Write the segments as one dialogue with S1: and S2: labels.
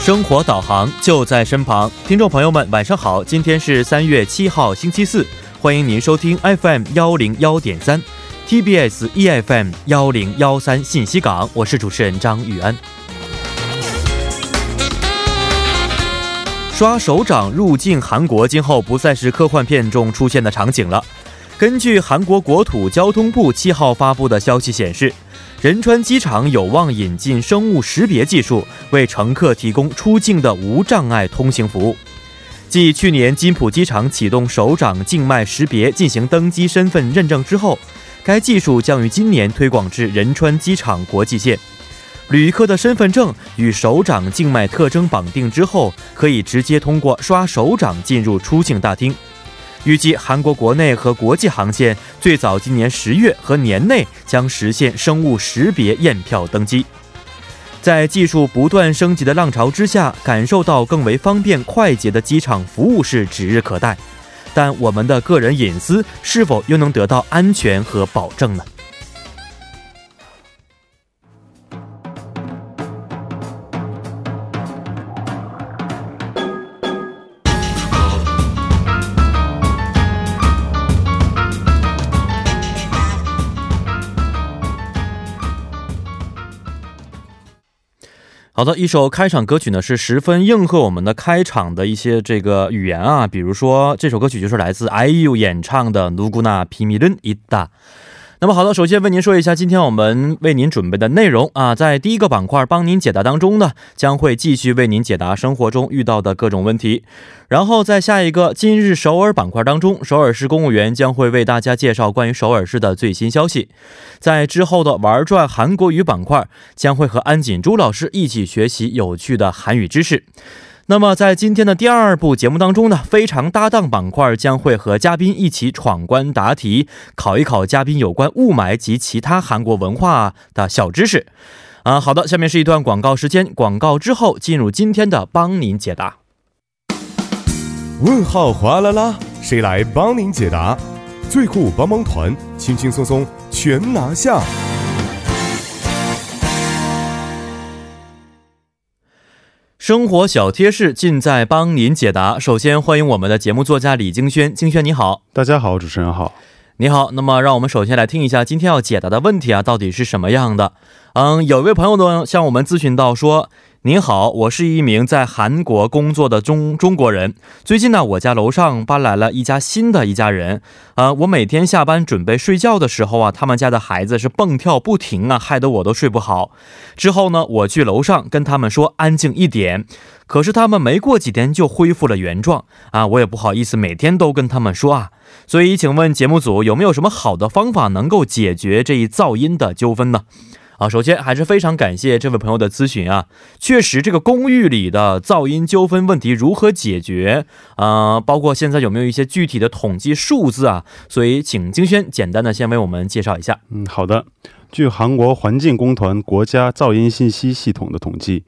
S1: 生活导航就在身旁，听众朋友们，晚上好！今天是三月七号，星期四，欢迎您收听 FM 幺零幺点三，TBS EFM E 幺零幺三信息港，我是主持人张玉安。刷手掌入境韩国，今后不再是科幻片中出现的场景了。根据韩国国土交通部七号发布的消息显示，仁川机场有望引进生物识别技术，为乘客提供出境的无障碍通行服务。继去年金浦机场启动手掌静脉识别进行登机身份认证之后，该技术将于今年推广至仁川机场国际线。旅客的身份证与手掌静脉特征绑定之后，可以直接通过刷手掌进入出境大厅。预计韩国国内和国际航线最早今年十月和年内将实现生物识别验票登机。在技术不断升级的浪潮之下，感受到更为方便快捷的机场服务是指日可待。但我们的个人隐私是否又能得到安全和保证呢？好的，一首开场歌曲呢是十分应和我们的开场的一些这个语言啊，比如说这首歌曲就是来自 IU 演唱的《누구나비밀은있다》。那么好的，首先为您说一下今天我们为您准备的内容啊，在第一个板块帮您解答当中呢，将会继续为您解答生活中遇到的各种问题。然后在下一个今日首尔板块当中，首尔市公务员将会为大家介绍关于首尔市的最新消息。在之后的玩转韩国语板块，将会和安锦珠老师一起学习有趣的韩语知识。那么，在今天的第二部节目当中呢，非常搭档板块将会和嘉宾一起闯关答题，考一考嘉宾有关雾霾及其他韩国文化的小知识。啊，好的，下面是一段广告时间，广告之后进入今天的帮您解答。
S2: 问号哗啦啦，谁来帮您解答？最酷帮帮团，轻轻松松全拿下。
S1: 生活小贴士尽在帮您解答。首先欢迎我们的节目作家李京轩，京轩你好，
S3: 大家好，主持人好。
S1: 你好。那么让我们首先来听一下今天要解答的问题啊，到底是什么样的？嗯，有位朋友呢向我们咨询到说。您好，我是一名在韩国工作的中中国人。最近呢，我家楼上搬来了一家新的一家人。啊，我每天下班准备睡觉的时候啊，他们家的孩子是蹦跳不停啊，害得我都睡不好。之后呢，我去楼上跟他们说安静一点，可是他们没过几天就恢复了原状啊，我也不好意思每天都跟他们说啊。所以，请问节目组有没有什么好的方法能够解决这一噪音的纠纷呢？啊，首先还是非常感谢这位朋友的咨询啊。确实，这个公寓里的噪音纠纷问题如何解决？呃，包括现在有没有一些具体的统计数字啊？所以，请金轩简单的先为我们介绍一下。
S3: 嗯，好的。据韩国环境工团国家噪音信息系统的统计，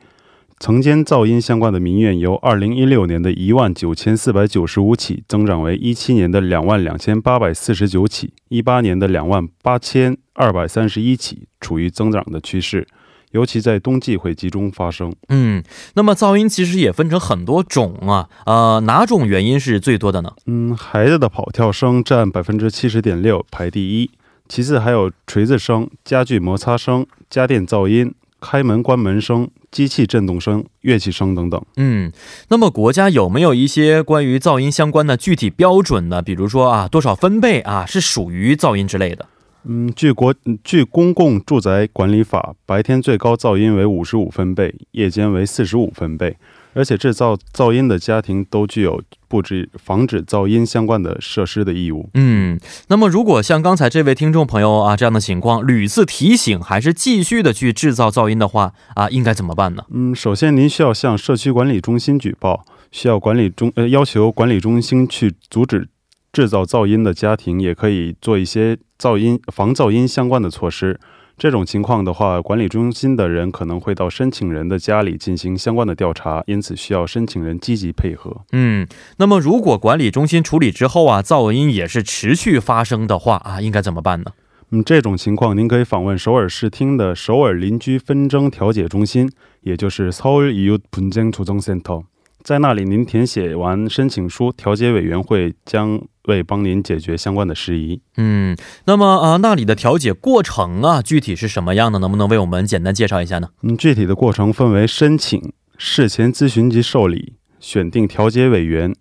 S3: 曾间噪音相关的民怨由2016年的一万九千四百九十五起，增长为17年的两万两千八百四十九起，1 8年的两万八千二百三十一起，处于增长的趋势，尤其在冬季会集中发生。
S1: 嗯，那么噪音其实也分成很多种啊，呃，哪种原因是最多的呢？
S3: 嗯，孩子的跑跳声占百分之七十点六，排第一。其次还有锤子声、家具摩擦声、家电噪音、开门关门声、机器震动声、乐器声等等。
S1: 嗯，那么国家有没有一些关于噪音相关的具体标准呢？比如说啊，多少分贝啊是属于噪音之类的？
S3: 嗯，据国嗯据《公共住宅管理法》，白天最高噪音为五十五分贝，夜间为四十五分贝。而且制造噪音的家庭都具有布置防止噪音相关的设施的义务。
S1: 嗯，那么如果像刚才这位听众朋友啊这样的情况，屡次提醒还是继续的去制造噪音的话啊，应该怎么办呢？
S3: 嗯，首先您需要向社区管理中心举报，需要管理中呃要求管理中心去阻止制造噪音的家庭，也可以做一些噪音防噪音相关的措施。这种情况的话，管理中心的人可能会到申请人的家里进行相关的调查，因此需要申请人积极配合。
S1: 嗯，那么如果管理中心处理之后啊，噪音也是持续发生的话啊，应该怎么办呢？
S3: 嗯，这种情况您可以访问首尔市厅的首尔邻居纷争调解中心，也就是서울이웃분쟁조정센터。在那里，您填写完申请书，调解委员会将为帮您解决相关的事宜。
S1: 嗯，那么啊，那里的调解过程啊，具体是什么样的？能不能为我们简单介绍一下呢？
S3: 嗯，具体的过程分为申请、事前咨询及受理、选定调解委员、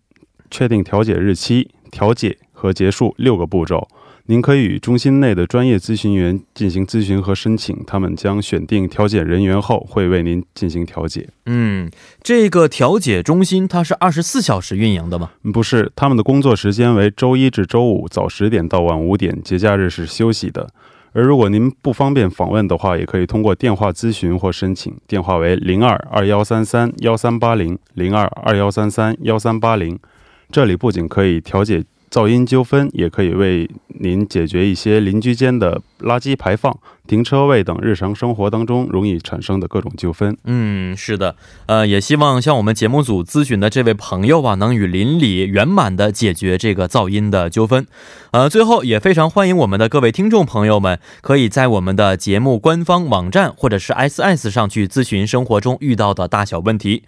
S3: 确定调解日期、调解和结束六个步骤。您可以与中心内的专业咨询员进行咨询和申请，他们将选定调解人员后，会为您进行调解。
S1: 嗯，这个调解中心它是二十四小时运营的吗？
S3: 嗯不是，他们的工作时间为周一至周五早十点到晚五点，节假日是休息的。而如果您不方便访问的话，也可以通过电话咨询或申请，电话为零二二幺三三幺三八零零二二幺三三幺三八零。这里不仅可以调解噪音纠纷，也可以为您解决一些邻居间的垃圾排放、停车位等日常生活当中容易产生的各种纠纷。
S1: 嗯，是的，呃，也希望向我们节目组咨询的这位朋友啊，能与邻里圆满的解决这个噪音的纠纷。呃，最后也非常欢迎我们的各位听众朋友们，可以在我们的节目官方网站或者是 SS 上去咨询生活中遇到的大小问题。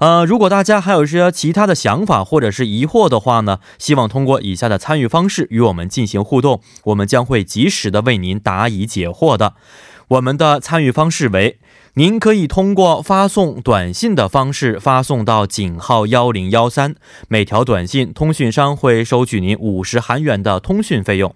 S1: 呃，如果大家还有一些其他的想法或者是疑惑的话呢，希望通过以下的参与方式与我们进行互动，我们将会及时的为您答疑解惑的。我们的参与方式为：您可以通过发送短信的方式发送到井号幺零幺三，每条短信通讯商会收取您五十韩元的通讯费用，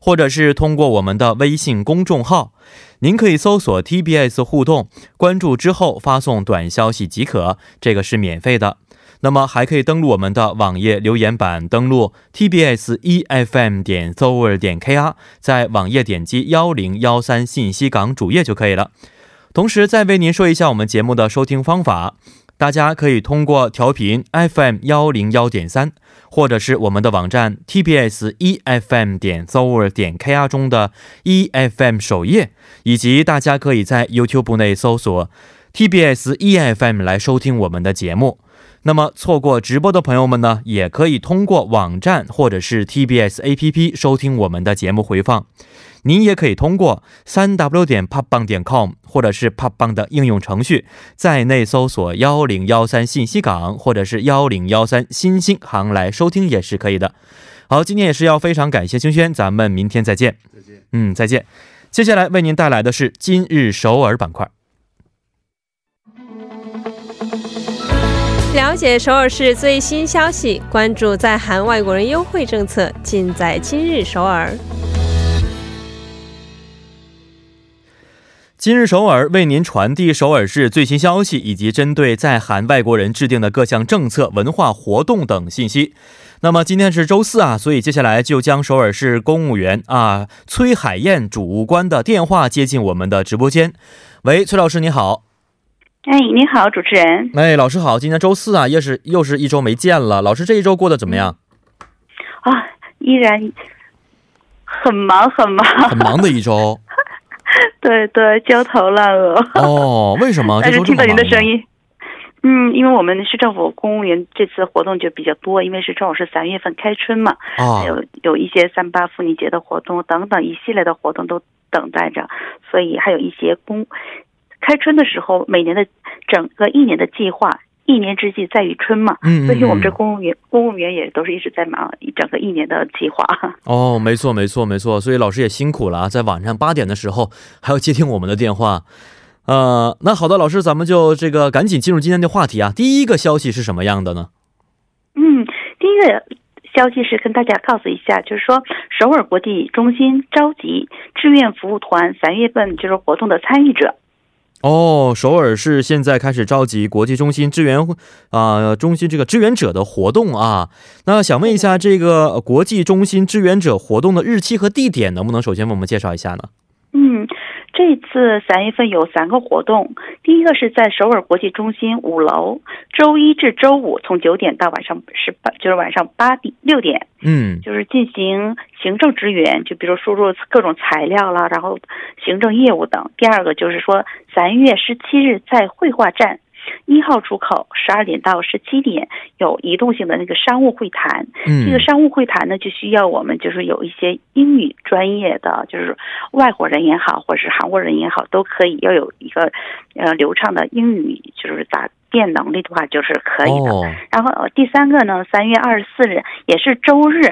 S1: 或者是通过我们的微信公众号，您可以搜索 TBS 互动，关注之后发送短消息即可，这个是免费的。那么还可以登录我们的网页留言板，登录 tbs efm E 点 s o u r 点 kr，在网页点击幺零幺三信息港主页就可以了。同时再为您说一下我们节目的收听方法，大家可以通过调频 FM 幺零幺点三，或者是我们的网站 tbs efm E 点 s o u r 点 kr 中的 efm 首页，以及大家可以在 YouTube 内搜索 tbs efm E 来收听我们的节目。那么错过直播的朋友们呢，也可以通过网站或者是 TBS APP 收听我们的节目回放。您也可以通过三 w 点 p o p b a n g 点 com 或者是 p o p b a n g 的应用程序，在内搜索幺零幺三信息港或者是幺零幺三新星行来收听也是可以的。好，今天也是要非常感谢清轩，咱们明天再见。再见。嗯，再见。接下来为您带来的是今日首尔板块。
S4: 了解首尔市最新消息，关注在韩外国人优惠政策，尽在今日首尔。
S1: 今日首尔为您传递首尔市最新消息，以及针对在韩外国人制定的各项政策、文化活动等信息。那么今天是周四啊，所以接下来就将首尔市公务员啊崔海燕主务官的电话接进我们的直播间。喂，崔老师你好。
S5: 哎，你好，主持人。
S1: 哎，老师好，今天周四啊，又是又是一周没见了。老师这一周过得怎么样？
S5: 啊，依然很忙很忙，
S1: 很忙的一周
S5: 对对，焦头烂额。
S1: 哦。为什么？
S5: 但
S1: 这
S5: 是
S1: 周这
S5: 哎
S1: 么
S5: 听到
S1: 忙
S5: 您的
S1: 呢
S5: 声音，嗯，因为我们市政府公务员这次活动就比较多，因为是正好是三月份开春嘛，
S1: 啊
S5: 还，有有一些三八妇女节的活动等等一系列的活动都等待着，所以还有一些公开春的时候，每年的整个一年的计划，一年之计在于春嘛。
S1: 嗯，嗯
S5: 所以我们这
S1: 嗯
S5: 公务员公务员也都是一直在忙一整个一年的计划。
S1: 哦，没错，没错，没错。所以老师也辛苦了啊，在晚上八点的时候还要接听我们的电话。呃，那好的，老师，咱们就这个赶紧进入今天的话题啊。第一个消息是什么样的呢？
S5: 嗯，第一个消息是跟大家告诉一下，就是说首尔国际中心召集志愿服务团三月份就是活动的参与者。
S1: 哦，首尔市现在开始召集国际中心支援啊、中心这个支援者的活动啊。那想问一下，这个呃国际中心支援者活动的日期和地点，能不能首先为我们介绍一下呢？
S5: 嗯，这次三月份有三个活动，第一个是在首尔国际中心五楼，周一至周五从九点到晚上十八，就是晚上八点六点，
S1: 嗯，
S5: 就是进行行政支援，就比如输入各种材料啦，然后行政业务等。第二个就是说，三月十七日在绘画站一号出口十二点到十七点有移动性的那个商务会谈，
S1: 嗯，
S5: 这个商务会谈呢，就需要我们就是有一些英语专业的，就是外国人也好，或者是韩国人也好，都可以要有一个呃流畅的英语，就是打电能力的话，就是可以的。
S1: 哦，
S5: 然后呃第三个呢，三月二十四日也是周日，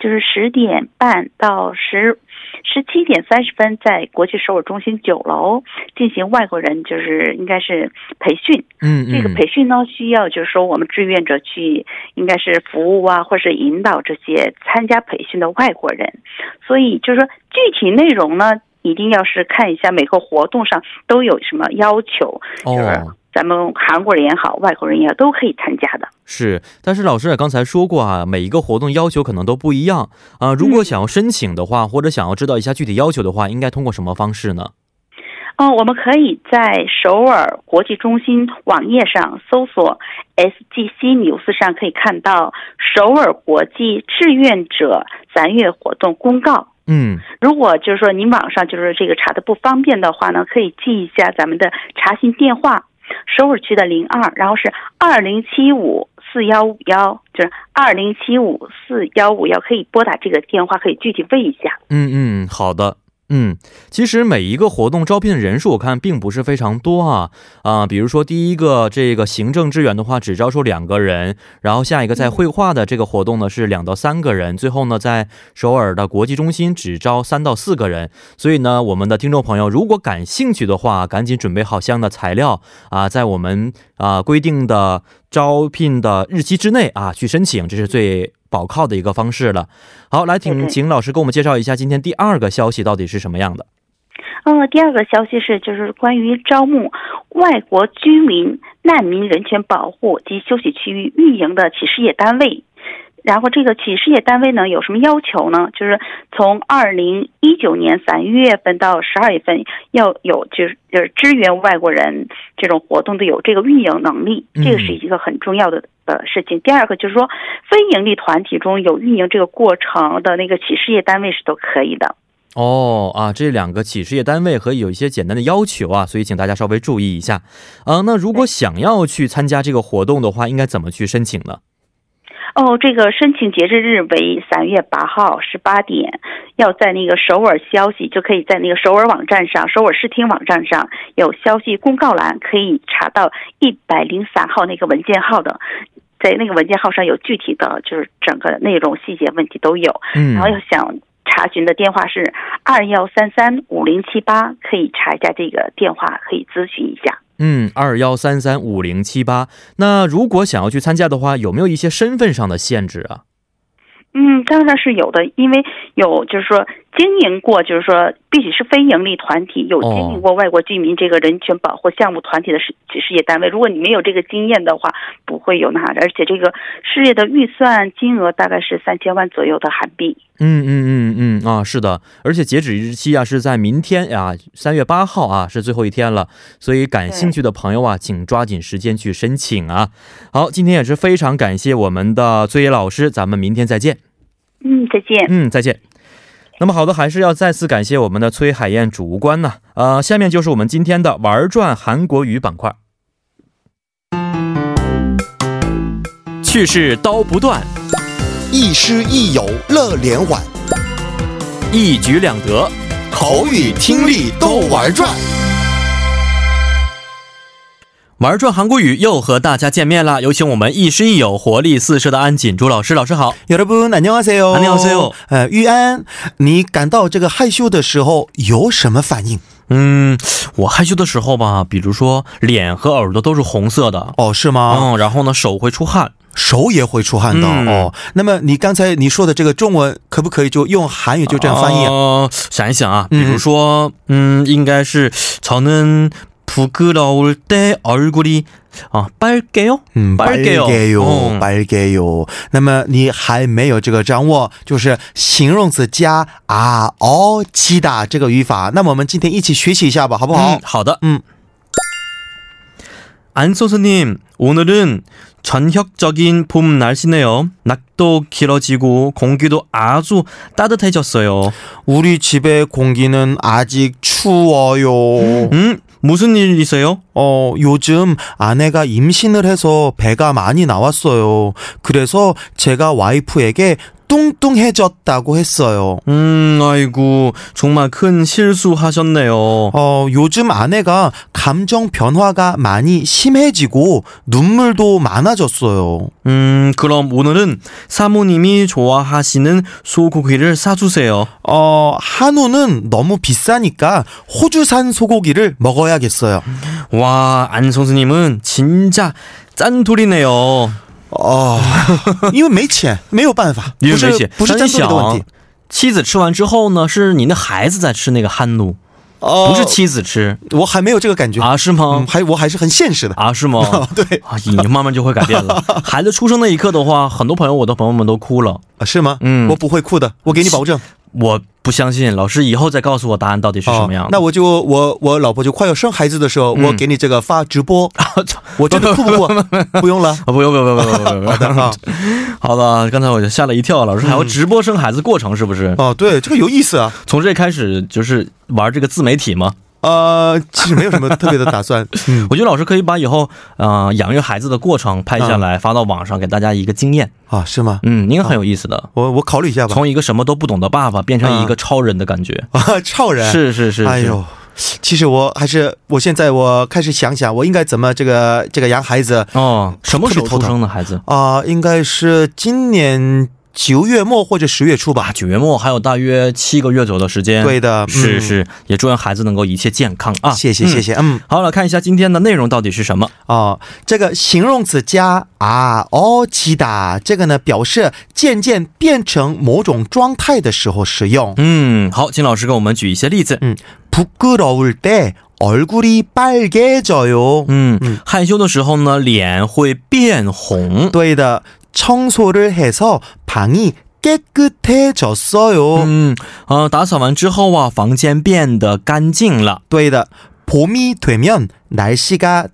S5: 就是十点半到十十七点三十分，在国际首尔中心九楼进行外国人就是应该是培训。
S1: 嗯，嗯
S5: 这个培训呢，需要就是说我们志愿者去，应该是服务啊，或是引导这些参加培训的外国人。所以就是说具体内容呢，一定要是看一下每个活动上都有什么要求，就是
S1: 哦。
S5: 咱们韩国人也好，外国人也好，都可以参加的。
S1: 是，但是老师也刚才说过啊，每一个活动要求可能都不一样啊、如果想要申请的话，或者想要知道一下具体要求的话，应该通过什么方式呢？
S5: 哦，我们可以在首尔国际中心网页上搜索 SGC News 上可以看到首尔国际志愿者咱月活动公告。
S1: 嗯，
S5: 如果就是说您网上就是这个查的不方便的话呢，可以记一下咱们的查询电话，首尔区的零二，然后是二零七五四幺五幺，就是二零七五四幺五幺，可以拨打这个电话，可以具体问一下。
S1: 嗯嗯，好的。嗯，其实每一个活动招聘的人数，我看并不是非常多啊啊、比如说第一个这个行政志愿的话，只招收两个人，然后下一个
S5: 嗯
S1: 在绘画的这个活动呢是两到三个人，最后呢在首尔的国际中心只招三到四个人。所以呢，我们的听众朋友如果感兴趣的话，赶紧准备好相应的材料啊，在我们啊规定的招聘的日期之内啊去申请，这是最保靠的一个方式了。好，来
S5: 对
S1: 请
S5: 对
S1: 请老师给我们介绍一下今天第二个消息到底是什么样的。
S5: 嗯，第二个消息是，就是关于招募外国居民难民人权保护及休息区域运营的企事业单位。然后这个企事业单位呢有什么要求呢？就是从二零一九年三月份到十二月份，要有就是就是支援外国人这种活动的有这个运营能力，
S1: 嗯
S5: 这个是一个很重要的呃事情。第二个就是说，非营利团体中有运营这个过程的那个企事业单位是都可以的。
S1: 哦啊，这两个企事业单位和有一些简单的要求啊，所以请大家稍微注意一下。啊，那如果想要去参加这个活动的话，应该怎么去申请呢？
S5: 哦，这个申请截止日为三月八号十八点，要在那个首尔消息就可以在那个首尔网站上、首尔视听网站上有消息公告栏可以查到一百零三号那个文件号的，在那个文件号上有具体的就是整个内容细节问题都有，
S1: 嗯
S5: 然后要想。查询的电话是二幺三三五零七八，可以查一下这个电话，可以咨询一下。
S1: 嗯，二幺三三五零七八。那如果想要去参加的话，有没有一些身份上的限制啊？
S5: 嗯，当然是有的，因为有就是说经营过，就是说必须是非营利团体，有
S1: 哦
S5: 经营过外国居民这个人权保护项目团体的事事业单位。如果你没有这个经验的话，不会有那啥的。而且这个事业的预算金额大概是三千万左右的韩币。
S1: 嗯嗯嗯嗯啊，是的，而且截止日期啊是在明天啊，三月八号啊是最后一天了，所以感兴趣的朋友啊，请抓紧时间去申请啊。好，今天也是非常感谢我们的崔野老师，咱们明天再见。
S5: 嗯，再见。
S1: 嗯，再见。那么好的，还是要再次感谢我们的崔海燕主官呢、呃，下面就是我们今天的玩转韩国语板块。去世刀不断，
S6: 亦师亦友乐连环，
S1: 一举两得。
S6: 口语听力都玩转。
S1: 玩转韩国语又和大家见面啦！有请我们亦师亦友、活力四射的安锦珠老师，老师好。
S7: 여러분안녕하세요。
S1: 안녕하세요 。
S7: 呃，玉安，你感到这个害羞的时候有什么反应？
S1: 嗯，我害羞的时候吧，比如说脸和耳朵都是红色的，
S7: 哦，是吗？
S1: 嗯，然后呢手会出汗。
S7: 手也会出汗的、
S1: 嗯
S7: 哦。那么你刚才你说的这个中文，可不可以就用韩语就这样翻译、啊？
S1: 呃，想一想啊，比如说，嗯，应该是저는부끄러울때얼굴이아빨개요。
S7: 嗯，
S1: 白给哟
S7: 给哟
S1: 嗯，
S7: 白给哟。那么你还没有这个掌握，就是形容词加啊哦击打这个语法。那么我们今天一起学习一下吧，好不好？
S1: 嗯， 음， 好的，
S7: 嗯。
S1: 안 선수님, 오늘은 전격적인 봄 날씨네요. 낮도 길어지고 공기도 아주 따뜻해졌어요.
S7: 우리 집의 공기는 아직 추워요.
S1: 음, 무슨 일 있어요?
S7: 어, 요즘 아내가 임신을 해서 배가 많이 나왔어요. 그래서 제가 와이프에게 뚱뚱해졌다고 했어요.
S1: 음, 아이고, 정말 큰 실수하셨네요.
S7: 어, 요즘 아내가 감정 변화가 많이 심해지고 눈물도 많아졌어요.
S1: 음, 그럼 오늘은 사모님이 좋아하시는 소고기를 사주세요.
S7: 어, 한우는 너무 비싸니까 호주산 소고기를 먹어야겠어요.
S1: 와, 안 선수님은 진짜 짠돌이네요. 아.
S7: 哦，因为没钱，没有办法，不
S1: 因为没
S7: 是
S1: 钱
S7: 不是
S1: 但
S7: 战
S1: 你
S7: 斗力的问
S1: 想
S7: 题，
S1: 妻子吃完之后呢，是你的孩子在吃那个憨奴，
S7: 哦
S1: 不是妻子吃
S7: 我还没有这个感觉，
S1: 啊？是吗
S7: 嗯，？还我还是很现实的。
S1: 啊，是 吗？
S7: 对
S1: 啊，你慢慢就会改变了。孩子出生那一刻的话，很多朋友，我的朋友们都哭了。
S7: 啊是吗？
S1: 嗯
S7: 我不会哭的，我给你保证。啊
S1: 我不相信，老师以后再告诉我答案到底是什么样的。嗯
S7: 那我就我我老婆就快要生孩子的时候，我给你这个发直 播，我真的哭不哭？不用了。
S1: 啊，不用不用不用不用不用。
S7: 好的啊，
S1: 好的，刚才我就吓了一跳，老师还要直播生孩子过程是不是？
S7: 哦，对，这个有意思啊。
S1: 从这开始就是玩这个自媒体吗？
S7: 呃，其实没有什么特别的打 算。嗯，
S1: 我觉得老师可以把以后呃养育孩子的过程拍下
S7: 嗯
S1: 来发到网上，给大家一个经验。
S7: 啊，是吗？
S1: 嗯，应该很有意思的。
S7: 我我考虑一下吧。
S1: 从一个什么都不懂的爸爸变成一个超人的感觉，
S7: 啊，超人。
S1: 是是是，是
S7: 嗯哎呦，其实我还是，我现在我开始想想，我应该怎么这个这个养孩子
S1: 哦，什么时候
S7: 特别头
S1: 出
S7: 疼
S1: 生的孩子
S7: 啊、应该是今年九月末或者十月初
S1: 啊？
S7: 吧。
S1: 九月末还有大约七个月左右的时间，
S7: 对的，嗯、
S1: 哎是是，也祝愿孩子能够一切健康啊！
S7: 谢谢谢
S1: 谢。
S7: 谢，嗯
S1: 好了，看一下今天的内容到底是什么。
S7: 哦，这个形容词加啊哦기다这个呢表示渐渐变成某种状态的时候使用。
S1: 嗯，好，金老师给我们举一些例子。
S7: 嗯 부끄러울때얼굴이빨개져요。
S1: 嗯，害羞的时候呢，脸会变红。
S7: 对的，청소를해서방이깨끗해졌어요。
S1: 嗯，呃，打扫完之后啊，房间变得干净了。
S7: 对的. 봄이 되면 날씨가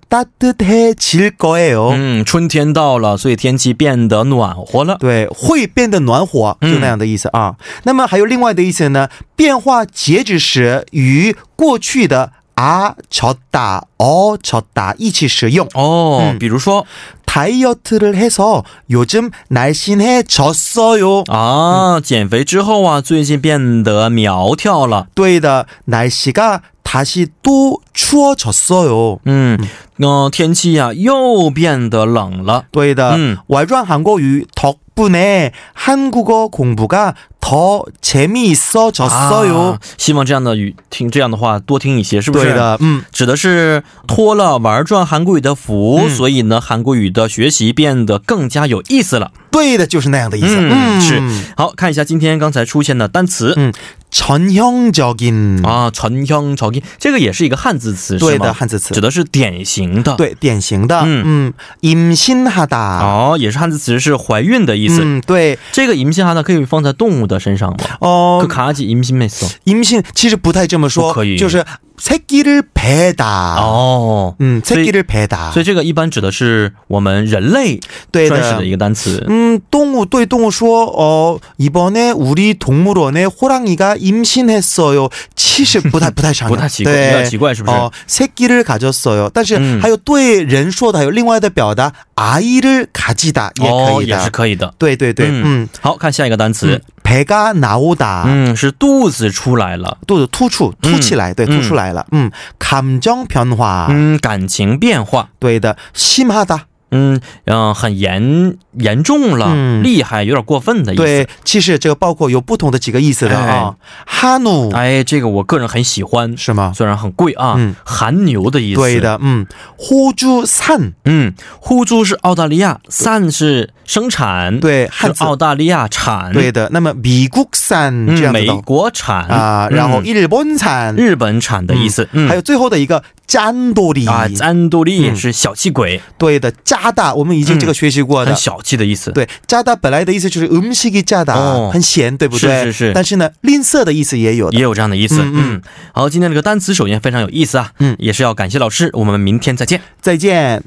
S7: 따뜻해질 거예요.
S1: 嗯，春天到了，所以天气变得暖和了。
S7: 对,
S1: 嗯。
S7: 会变得暖和,就那样的意思啊。那么还有另外的意思呢,变化截止时与过去的 아, 졌다, 어, 졌다 一起使用.
S1: 哦，
S7: 嗯
S1: 比如说
S7: 다이어트를 해서 요즘 날씬해졌어요. 嗯
S1: 啊，减肥之后啊，最近变得苗条了。
S7: 对的, 날씨가 다시 또 추워졌어요.
S1: 嗯，嗯、天气啊又变得冷了。
S7: 对的.
S1: 嗯
S7: 왈전 한국유 덕분에 한국어 공부가 더
S1: 啊
S7: 哦 재미있어졌어요.
S1: 希望这样的语听这样的话多听一些，是不是？
S7: 对的, 음.
S1: 指的是托了玩转韩国语的福，
S7: 嗯
S1: 所以呢，韩国语的学习变得更加有意思了。
S7: 对的,就是那样的意思.
S1: 嗯， 음， 是。好看一下今天刚才出现的单词、
S7: 嗯 전형적인.
S1: 啊，传香朝音，这个也是一个汉字词，是吗？指
S7: 对的,汉字词.
S1: 的是典型的。，
S7: 对,典型的.
S1: 嗯。
S7: 음. 아, 임신하다.
S1: 哦，也是汉字词，是怀孕的意思。
S7: 음, 对.
S1: 这个임신哈呢，可以放在动物的身上吗？
S7: 어,
S1: 可卡吉임신메소。
S7: 임신 其实不太这么说.
S1: 不可以。
S7: 就是 새끼를 배다.
S1: 哦，
S7: 음,
S1: 所以-
S7: 새끼를 배다.
S1: 所以这个一般指的是我们人类专属
S7: 对的.嗯
S1: 的一个单词。
S7: 음, 동우 또이 동우 쇼, 어, 이번에 우리 동물원에 호랑이가 임신했어요. 70, 不太,不太长.
S1: 不太奇怪，有点奇怪，是不是？
S7: 어, 새끼를 가졌어요.
S1: 嗯。
S7: 但是还有对人说的，还有另外的表达 아이를 가지다 예,
S1: 哦，也是
S7: 也可以的。
S1: 可以的。
S7: 对对对,
S1: 嗯。
S7: 음.
S1: 好看下一个单词
S7: 음, ， 배가 나오다.
S1: 嗯，是肚子出来了，
S7: 또突出,凸起来,对,
S1: 嗯。
S7: 突出来了. 음, 감정 변화.
S1: 嗯，感情变化，
S7: 对的. 심하다.
S1: 嗯嗯、呃很严严重了、
S7: 嗯
S1: 厉害，有点过分的意思。
S7: 对,其实这个包括有不同的几个意思的哦
S1: 哎。
S7: 한우.
S1: 哎，这个我个人很喜欢，
S7: 是吗？
S1: 虽然很贵啊，
S7: 嗯
S1: 韩牛的意思。
S7: 对，的，嗯，호주산，
S1: 嗯，呼猪是澳大利亚，散是生产，，嗯
S7: 对，
S1: 是
S7: 汉字，
S1: 澳大利亚产，
S7: 对的。那么미국산
S1: 嗯，
S7: 这样子
S1: 美
S7: 的
S1: 国产
S7: 啊，然后
S1: 嗯
S7: 日本产，
S1: 日本产的意思，嗯，
S7: 还有最后的一个짠돌이，
S1: 啊，战斗力
S7: 嗯
S1: 是小气鬼，
S7: 对的，加大，我们已经这个学习过
S1: 嗯很
S7: 的。
S1: 小气的意思。
S7: 对，加大本来的意思就是음식이加大，
S1: 哦
S7: 很咸，对不
S1: 是
S7: 对？
S1: 是是
S7: 但是呢，吝啬的意思也有的。
S1: 也有这样的意思，
S7: 嗯嗯
S1: 嗯，好，今天这个单词首先非常有意思啊，
S7: 嗯
S1: 也是要感谢老师，我们明天再见。
S7: 再见。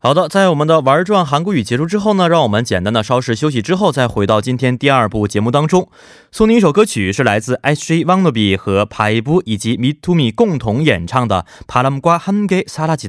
S1: 好的，在我们的玩转韩国语结束之后呢，让我们简单的稍事休息之后，再回到今天第二部节目当中。送您一首歌曲，是来自 H.J. Wannabe 和 Paibu 以及 Mitumi 共同演唱的《바람과함께사라지다》。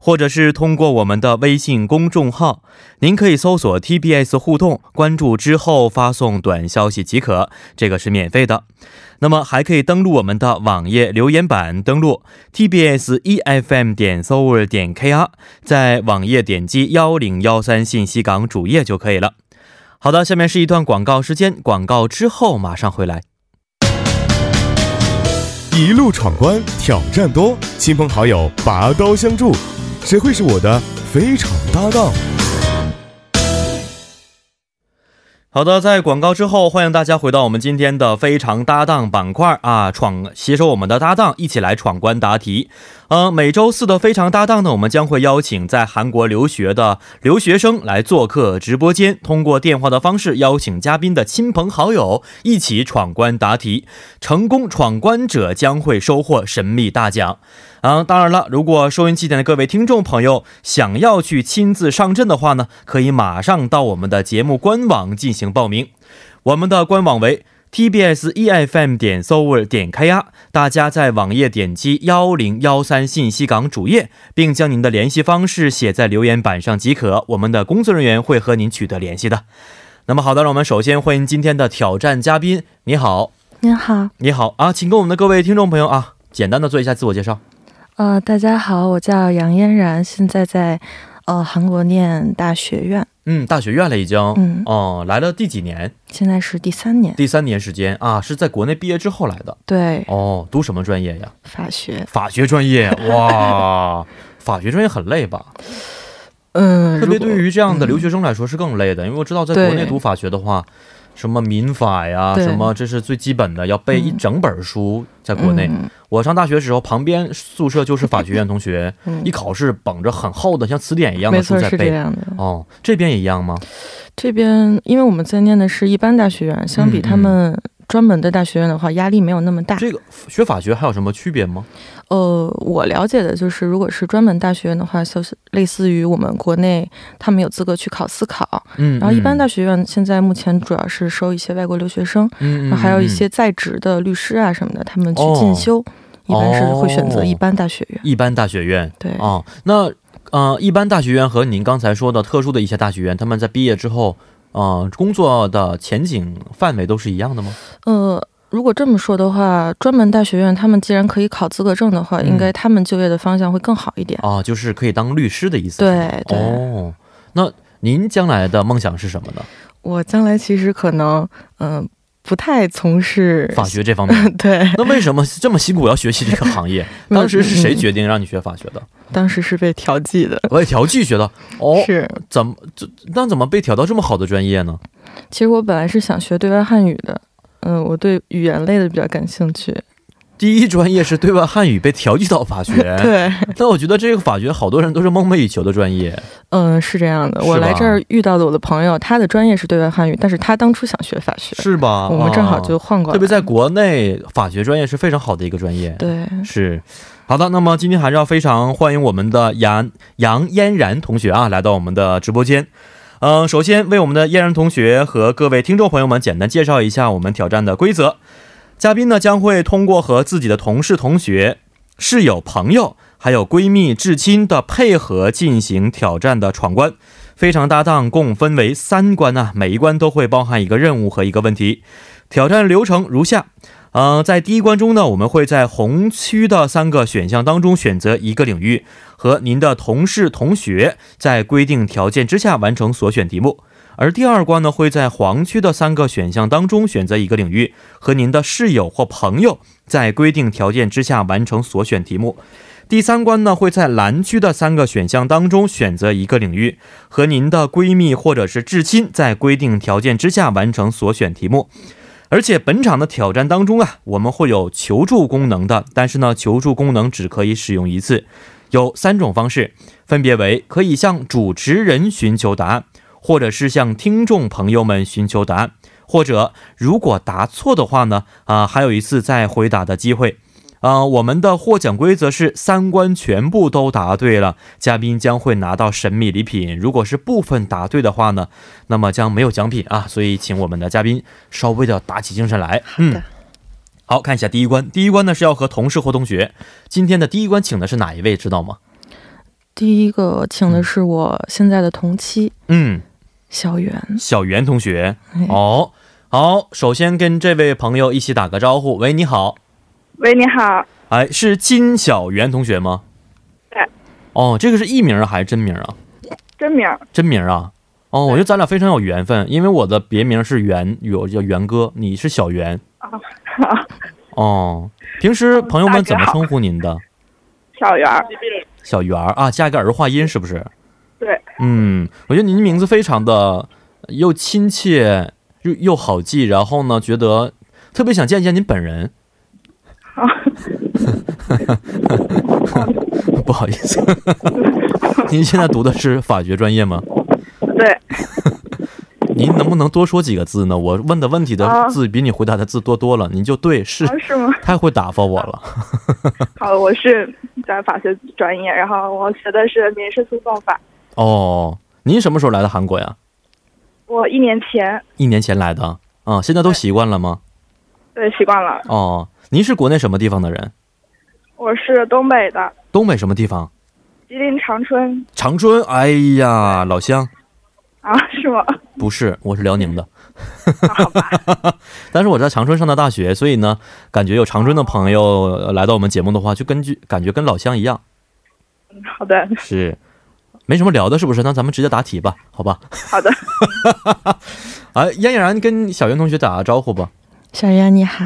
S1: 或者是通过我们的微信公众号，您可以搜索 TBS 互动，关注之后发送短消息即可，这个是免费的。那么还可以登录我们的网页留言板，登录 tbs efm E 点 s o u r 点 kr，在网页点击幺零幺三信息港主页就可以了。好的，下面是一段广告时间，广告之后马上回来。
S2: 一路闯关，挑战多，亲朋好友拔刀相助，谁会是我的非常搭档？
S1: 好的，在广告之后，欢迎大家回到我们今天的非常搭档板块啊，闯携手我们的搭档一起来闯关答题。嗯、每周四的非常搭档呢，我们将会邀请在韩国留学的留学生来做客直播间，通过电话的方式邀请嘉宾的亲朋好友一起闯关答题，成功闯关者将会收获神秘大奖。啊，当然了，如果收音机前的各位听众朋友想要去亲自上阵的话呢，可以马上到我们的节目官网进行报名。我们的官网为 tbs efm E 点 s o u r 点 kr，大家在网页点击幺零幺三信息港主页，并将您的联系方式写在留言板上即可，我们的工作人员会和您取得联系的。那么好的，让我们首先欢迎今天的挑战嘉宾。你好，
S8: 您好，
S1: 你好啊，请跟我们的各位听众朋友啊，简单的做一下自我介绍。
S8: 呃，大家好，我叫杨嫣然，现在在呃韩国念大学院，
S1: 嗯，大学院了已经。
S8: 嗯
S1: 哦，来了第几年？
S8: 现在是第三年，
S1: 第三年时间啊，是在国内毕业之后来的。
S8: 对，
S1: 哦，读什么专业呀？
S8: 法学，
S1: 法学专业。 哇，法学专业很累吧？
S8: 嗯，
S1: 哦特别
S8: 如果
S1: 对于这样的留学生来说是更累的，因为我知道在国内
S8: 对
S1: 读法学的话，什么民法呀，
S8: 对
S1: 什么这是最基本的，要背一整本书。在国内，
S8: 嗯
S1: 我上大学时候，旁边宿舍就是法学院同 学，
S8: 嗯
S1: 一考试捧着很厚的像词典一样的
S8: 没
S1: 书
S8: 错
S1: 在
S8: 是这
S1: 背。
S8: 样的。
S1: 哦，这边也一样吗？
S8: 这边因为我们在念的是一般大学院，相比他们专门的大学院的话，压力没有那么大。
S1: 嗯这个学法学还有什么区别吗？
S8: 呃，我了解的就是，如果是专门大学院的话，就是类似于我们国内他们有资格去考司考，
S1: 嗯，
S8: 然后一般大
S1: 学，
S8: 学院现在目前主要是收一些外国留学生，
S1: 嗯，嗯
S8: 然后还有一。
S1: 嗯
S8: 些在职的律师啊什么的，他们去
S1: 哦
S8: 进修，一般是会选择一般大学院。
S1: 嗯一般大学院
S8: 对，
S1: 哦，那呃，一般大学院和您刚才说的特殊的一些大学院，他们在毕业之后，呃，工作的前景范围都是一样的吗？
S8: 呃，如果这么说的话，专门大学院他们既然可以考资格证的话，
S1: 嗯
S8: 应该他们就业的方向会更好一点。
S1: 啊、就是可以当律师的意思。是吗
S8: 对对、
S1: 哦，那您将来的梦想是什么呢？
S8: 我将来其实可能嗯、呃不太从事
S1: 法，学这方面。
S8: 对，
S1: 那为什么这么辛苦要学习这个行业？
S8: 没有
S1: 当时是谁
S8: 嗯
S1: 决定让你学法学 的？
S8: 当时是被调剂的。
S1: 我也调剂学的。哦，
S8: 是，
S1: 怎么这那怎么被调到这么好的专业呢？
S8: 其实我本来是想学对外汉语的，嗯、我对语言类的比较感兴趣。
S1: 第一专业是对外汉语，被调剂到法学。
S8: 对，
S1: 但我觉得这个法学好多人都是梦寐以求的专业。
S8: 嗯，是这样的，
S1: 是吧
S8: 我来这儿遇到的我的朋友，他的专业是对外汉语，但是他当初想学法学，
S1: 是吧？
S8: 我们正好就换过
S1: 啊
S8: 来。
S1: 特别在国内，法学专业是非常好的一个专业。，
S8: 对，
S1: 是。好的，那么今天还是要非常欢迎我们的杨杨嫣然同学啊，来到我们的直播间。嗯、首先为我们的嫣然同学和各位听众朋友们简单介绍一下我们挑战的规则。嘉宾呢将会通过和自己的同事、同学、室友、朋友，还有闺蜜、至亲的配合进行挑战的闯关。非常搭档共分为三关呐、每一关都会包含一个任务和一个问题。挑战流程如下：呃，在第一关中呢，我们会在红区的三个选项当中选择一个领域，和您的同事、同学在规定条件之下完成所选题目。而第二关呢，会在黄区的三个选项当中选择一个领域，和您的室友或朋友在规定条件之下完成所选题目。第三关呢，会在蓝区的三个选项当中选择一个领域，和您的闺蜜或者是至亲在规定条件之下完成所选题目。而且本场的挑战当中啊，我们会有求助功能的，但是呢，求助功能只可以使用一次，有三种方式，分别为可以向主持人寻求答案，或者是向听众朋友们寻求答案，或者如果答错的话呢，啊、还有一次再回答的机会。呃，我们的获奖规则是三关全部都答对了，嘉宾将会拿到神秘礼品。如果是部分答对的话呢，那么将没有奖品啊。所以请我们的嘉宾稍微的打起精神来。嗯，好看一下第一关，第一关呢是要和同事或同学。今天的第一关请的是哪一位，知道吗？
S8: 第一个请的是我现在的同期
S1: 嗯，
S8: 小袁，
S1: 小袁同学。
S8: 哎
S1: 哦，好，首先跟这位朋友一起打个招呼。喂，你好。
S5: 喂，你好，
S1: 哎，是金小袁同学吗？
S5: 对。
S1: 哦，这个是艺名儿还是真名儿啊？
S5: 真名儿
S1: 真名儿啊？哦，我觉得咱俩非常有缘分，因为我的别名是袁，有叫袁哥，你是小袁。 哦，平时朋友们怎么称呼您的？
S5: 小袁儿，
S1: 小袁儿啊，加一个儿化音是不是？
S5: 对。
S1: 嗯，我觉得您的名字非常的又亲切又又好记，然后呢，觉得特别想见一见您本人。 不好意思， 您现在读的是法学专业吗？
S5: 对，
S1: 您能不能多说几个字呢？我问的问题的
S5: 啊
S1: 字比你回答的字多多了，您就对是
S5: 啊，是吗？
S1: 太会打发我了。
S5: 好，我是在法学专业，然后我学的是民事诉讼法。
S1: 哦，您什么时候来的韩国呀？
S5: 我一年前
S1: 一年前来的啊、现在都习惯了吗？
S5: 对习惯了，
S1: 哦，您是国内什么地方的人？
S5: 我是东北的，
S1: 东北什么地方？
S5: 吉林长春
S1: 长春。哎呀，老乡，
S5: 啊，是吗？
S1: 不是，我是辽宁的。
S5: 好吧，
S1: 但是我在长春上的大学，所以呢，感觉有长春的朋友呃来到我们节目的话，就根据感觉跟老乡一样，
S5: 好的，
S1: 是没什么聊的，是不是？那咱们直接答题吧，好吧？
S5: 好的，
S1: 啊，嫣然跟小袁同学打个招呼吧。
S8: 小袁你好，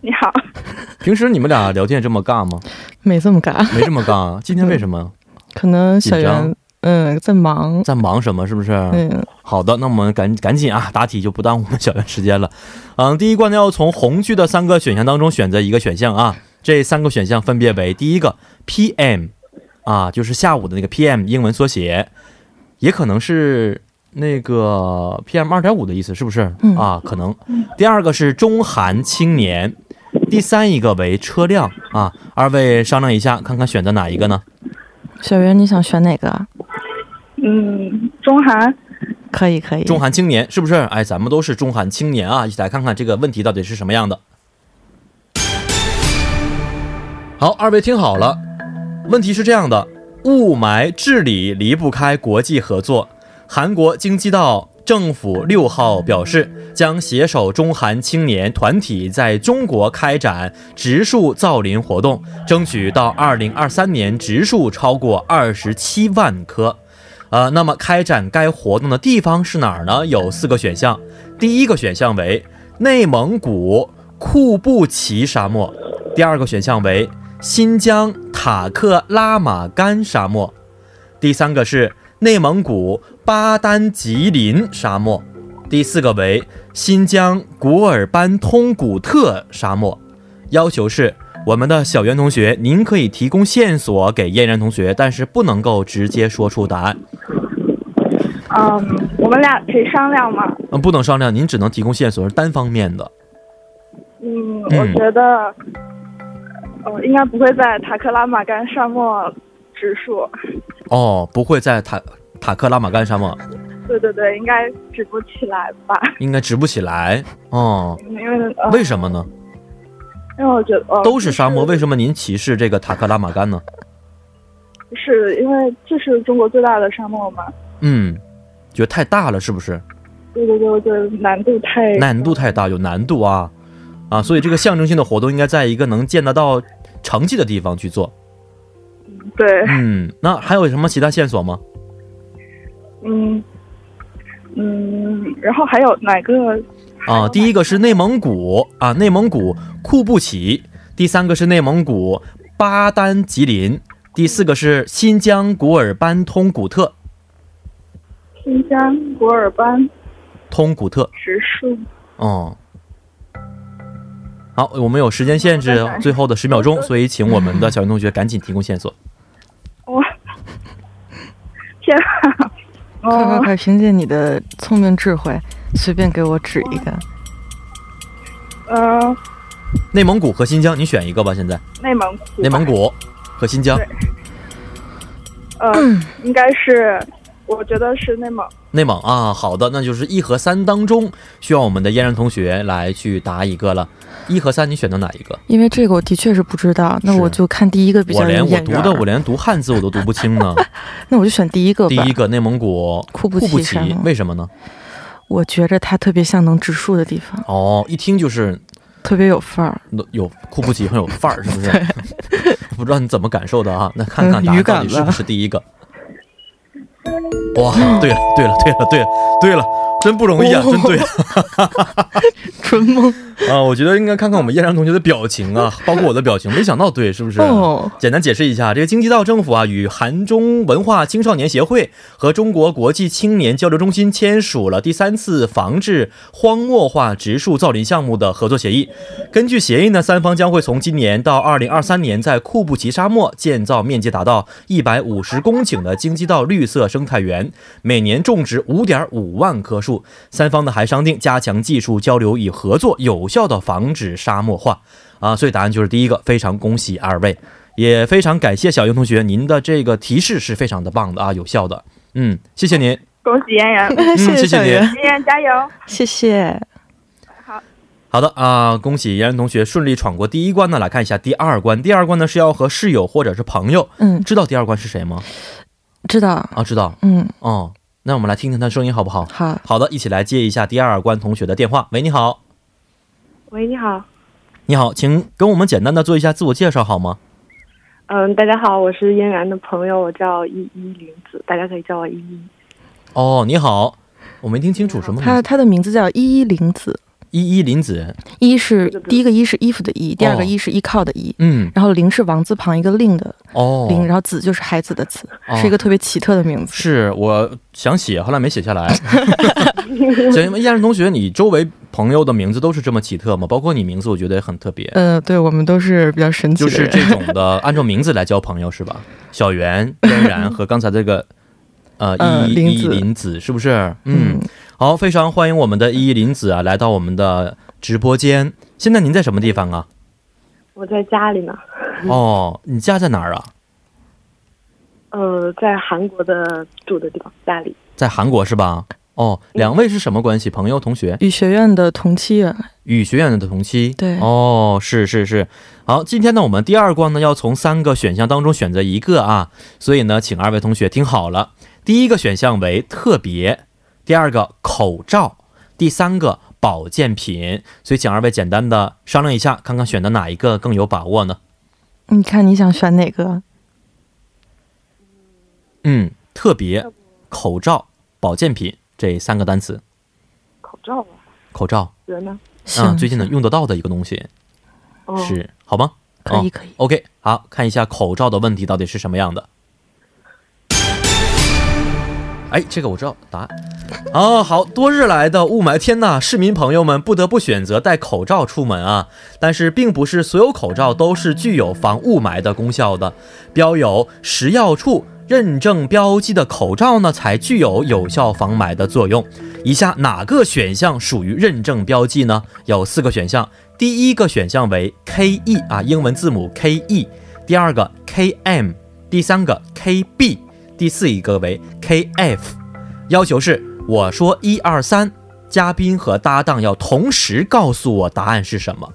S5: 你好，
S1: 平时你们俩聊天这么尬吗？
S8: 没这么尬，
S1: 没这么尬 啊，今天为什么？
S8: 可能小
S1: 紧张啊
S8: 袁嗯在忙，
S1: 在忙什么？是不是？
S8: 嗯
S1: 好的，那我们赶赶紧啊，答题就不耽误我们小袁时间了。嗯，第一关呢要从红区的三个选项当中选择一个选项啊，这三个选项分别为第一个 PM 啊，就是下午的那个 PM 英文缩写，也可能是那个 PM 二点五的意思，是不是？
S8: 嗯
S1: 啊，可能。第二个是中韩青年，第三一个为车辆啊。二位商量一下，看看选择哪一个呢？
S8: 小袁你想选哪个？
S5: 嗯，中韩
S8: 可以可以，
S1: 中韩青年是不是？哎，咱们都是中韩青年啊，一起来看看这个问题到底是什么样的。好，二位听好了，问题是这样的：雾霾治理离不开国际合作。韩国京畿道政府六号表示，将携手中韩青年团体在中国开展植树造林活动，争取到二零二三年植树超过二十七万棵。呃，那么开展该活动的地方是哪儿呢？有四个选项，第一个选项为内蒙古库布齐沙漠，第二个选项为新疆塔克拉玛干沙漠，第三个是内蒙古巴丹吉林沙漠，第四个为新疆古尔班通古特沙漠。要求是，我们的小袁同学，您可以提供线索给嫣然同学，但是不能够直接说出答案。
S5: 嗯，我们俩可以商量吗？
S1: 嗯，不能商量，您只能提供线索，是单方面的。
S5: 嗯，我
S1: 嗯
S5: 觉得，呃，应该不会在塔克拉玛干沙漠植树，
S1: 哦，不会在塔塔克拉玛干沙漠，
S5: 对对对，应该植不起来吧？
S1: 应该植不起来。哦，
S5: 因为呃，
S1: 为什么呢？
S5: 因为我觉得、呃、
S1: 都是沙漠，
S5: 就是
S1: 为什么您歧视这个塔克拉玛干呢？
S5: 是因为这是中国最大的沙漠嘛？
S1: 嗯，觉得太大了，是不是？
S5: 对对对，我觉得难度太
S1: 难度太大，有难度啊啊！所以这个象征性的活动应该在一个能见得到成绩的地方去做。
S5: 对，
S1: 嗯，那还有什么其他线索吗？
S5: 嗯，
S9: 嗯，然后还有哪个？
S1: 啊，第一个是内蒙古啊，内蒙古库布齐；第三个是内蒙古巴丹吉林；第四个是新疆古尔班通古特，
S9: 新疆古尔班
S1: 通古特。
S9: 植树。
S1: 哦、好，我们有时间限制，最后的十秒 钟，所以请我们的小云同学赶紧提供线索。
S9: 我、哦天啊！
S8: 快快
S9: 哦，
S8: 快，凭借你的聪明智慧，随便给我指一个。
S9: 呃，
S1: 内蒙古和新疆，你选一个吧。现在
S9: 内蒙古。
S1: 内蒙。古和新疆，
S9: 呃，应该是，我觉得是内蒙。
S1: 内蒙啊，好的，那就是一和三当中需要我们的嫣然同学来去答一个了。一和三，你选择哪一个？
S8: 因为这个我的确是不知道，那我就看第一个比较
S1: 我连
S8: 有
S1: 我
S8: 眼
S1: 读
S8: 缘
S1: 的
S8: 儿
S1: 我连读汉字我都读不清 呢。
S8: 那我就选第一个吧。
S1: 第一个内蒙古
S8: 库布
S1: 布
S8: 齐山吗
S1: 为什么呢？
S8: 我觉着它特别像能植树的地方，
S1: 哦，一听就是
S8: 特别有范 儿。
S1: 有库布齐很有范儿，是不是？ 不知道你怎么感受的啊？那看看
S8: 嗯
S1: 答案
S8: 语
S1: 到
S8: 感
S1: 底是不
S8: 吧
S1: 是第一个。哇，对了，对了，对了，对了，对了，真不容易啊，真对啊！
S8: 春梦
S1: 啊，我觉得应该看看我们燕然同学的表情啊，包括我的表情，没想到对，是不是？
S8: 哦，
S1: 简单解释一下，这个京畿道政府啊与韩中文化青少年协会和中国国际青年交流中心签署了第三次防治荒漠化植树造林项目的合作协议。根据协议呢，三方将会从今年到二零二三年，在库布齐沙漠建造面积达到一百五十公顷的京畿道绿色生态园，每年种植五点五万棵树。三方呢还商定加强技术交流与合作，有效的防止沙漠化。啊，所以答案就是第一个，非常恭喜二位。也非常感谢小英同学，您的这个提示是非常的棒的啊，有效的。嗯，谢谢您。
S9: 恭喜嫣然，
S1: 嗯，谢谢
S8: 小
S1: 您
S8: 袁。
S9: 嫣然加油！
S8: 谢谢。
S1: 好的啊、恭喜妍然同学顺利闯过第一关呢。来看一下第二关，第二关呢是要和室友或者是朋友，
S8: 嗯，
S1: 知道第二关是谁吗？
S8: 知道。
S1: 啊，知道。
S8: 嗯，
S1: 哦，那我们来听听他声音好不好？
S8: 好，
S1: 好的，一起来接一下第二关同学的电话。喂，你好，
S10: 喂，你好，
S1: 你好，请跟我们简单的做一下自我介绍好吗？
S10: 嗯，大家好，我是嫣然的朋友，我叫依依林子，大家可以叫我依依。
S1: 哦，你好，我没听清楚什么名
S8: 他
S1: 字。
S8: 他的名字叫依依林子，
S1: 依依林子，
S8: 依是第一个依是衣服的
S1: 哦
S8: 依，第二个依是依靠的依，
S1: 嗯，
S8: 然后林是王字旁一个令的
S1: 哦，
S8: 林，然后子就是孩子的子，
S1: 哦
S8: 是一个特别奇特的名字。
S1: 是我想写，后来没写下来。行，燕然同学，你周围朋友的名字都是这么奇特吗？包括你名字，我觉得也很特别。
S8: 呃，对我们都是比较神奇
S1: 就
S8: 的
S1: 是
S8: 人。
S1: 这种的，按照名字来交朋友是吧？小圆、嫣然和刚才这个呃
S8: 呃
S1: 依
S8: 林
S1: 依
S8: 子
S1: 林子是不是？嗯，好，非常欢迎我们的依依林子啊来到我们的直播间。现在您在什么地方啊？
S10: 我在家里呢，
S1: 哦，你家在哪儿啊？
S10: 呃，在韩国的住的地方，家里。
S1: 在韩国是吧？哦，两位是什么关系？朋友、同学？
S8: 语学院的同期啊，
S1: 语学院的同期。
S8: 对
S1: 哦，是是是。好，今天呢，我们第二关呢要从三个选项当中选择一个啊，所以呢，请二位同学听好了，第一个选项为特别，第二个口罩，第三个保健品，所以请二位简单的商量一下，看看选的哪一个更有把握呢？
S8: 你看你想选哪个？
S1: 嗯，特别、口罩、保健品这三个单词，
S10: 口罩吧，
S1: 口罩，
S10: 觉得呢？
S1: 嗯，
S8: 行，哦
S1: 最近能用得到的一个东西，
S10: 嗯，
S1: 是好吗？
S8: 可以
S1: 哦
S8: 可以。
S1: OK，好，看一下口罩的问题到底是什么样的。哎，这个我知道答案。哦，好多日来的雾霾天呐，市民朋友们不得不选择戴口罩出门啊。但是，并不是所有口罩都是具有防雾霾的功效的。标有食药处认证标记的口罩呢，才具有有效防霾的作用。以下哪个选项属于认证标记呢？有四个选项，第一个选项为 KE 啊，英文字母 KE，第二个 KM，第三个 KB，第四一个为 KF。要求是我说一二三，嘉宾和搭档要同时告诉我答案是什么。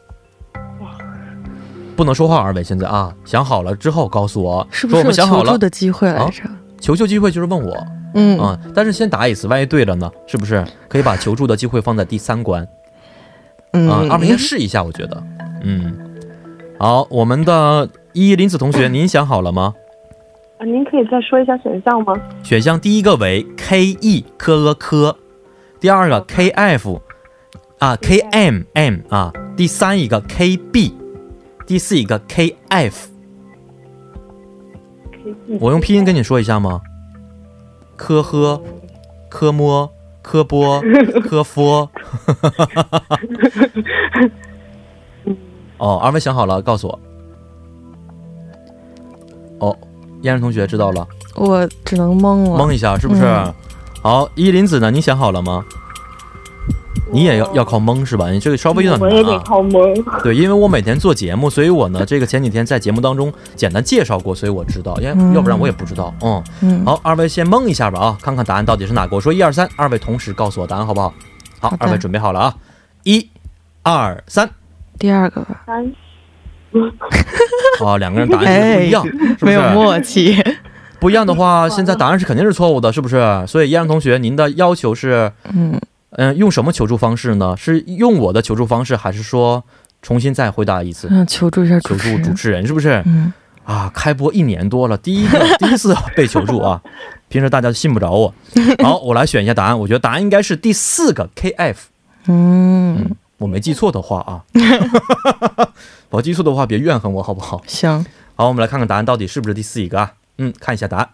S1: 不能说话，二位现在啊，想好了之后告诉我，
S8: 是不
S1: 说
S8: 是
S1: 我
S8: 有
S1: 们想好
S8: 求
S1: 了哦
S8: 助，的机会来着？
S1: 求救机会就是问我啊、
S8: 嗯，
S1: 嗯但是先打一次，万一对了呢，是不是可以把求助的机会放在第三关？啊、
S8: 嗯，
S1: 二位先试一下，我觉得，嗯，好，我们的依依林子同学，您想好了吗？
S10: 啊，您可以再说一下选项吗？
S1: 选项第一个为 K E 科科，第二个 KF 啊 KMM 啊，第三一个 KB，第四一个 KF。我用拼音跟你说一下吗？科呵，科摸，科 波，科佛。哦，二位想好了告诉我。哦，嫣然同学知道了，
S8: 我只能蒙了，
S1: 蒙一下是不是？
S8: 嗯
S1: 好，依林子呢？你想好了吗？你也要要靠蒙是吧？你这个稍微有
S11: 我
S1: 点
S11: 也
S1: 难
S11: 得
S1: 啊。
S11: 靠蒙。
S1: 对，因为我每天做节目，所以我呢，这个前几天在节目当中简单介绍过，所以我知道，要
S11: 嗯
S1: 要不然我也不知道。嗯，
S11: 嗯
S1: 好，二位先蒙一下吧啊，看看答案到底是哪个。我说一二三，二位同时告诉我答案好不好？好，
S8: 好的
S1: 二位准备好了啊，一、二、三，
S8: 第二个吧，
S11: 三，
S1: 啊，两个人答案不一样，
S8: 哎
S1: 是不是
S8: 没有默契。
S1: 不一样的
S8: 嗯
S1: 话，现在答案是肯定是错误的，是不是？所以燕然同学，您的要求是，
S8: 嗯，
S1: 嗯，用什么求助方式呢？是用我的求助方式，还是说重新再回答一次？
S8: 嗯，求助一下
S1: 求
S8: 主持
S1: 助
S8: 人。
S1: 主持人是不是？
S8: 嗯，
S1: 啊，开播一年多了，第一个 第一次被求助啊，平时大家信不着 我。好，我来选一下答案，我觉得答案应该是第四个 KF，
S8: 嗯，
S1: 我没记错的话 啊，我记错的话别怨恨我好不好？
S8: 行，
S1: 好，我们来看看答案到底是不是第四一个啊？嗯，看一下答案。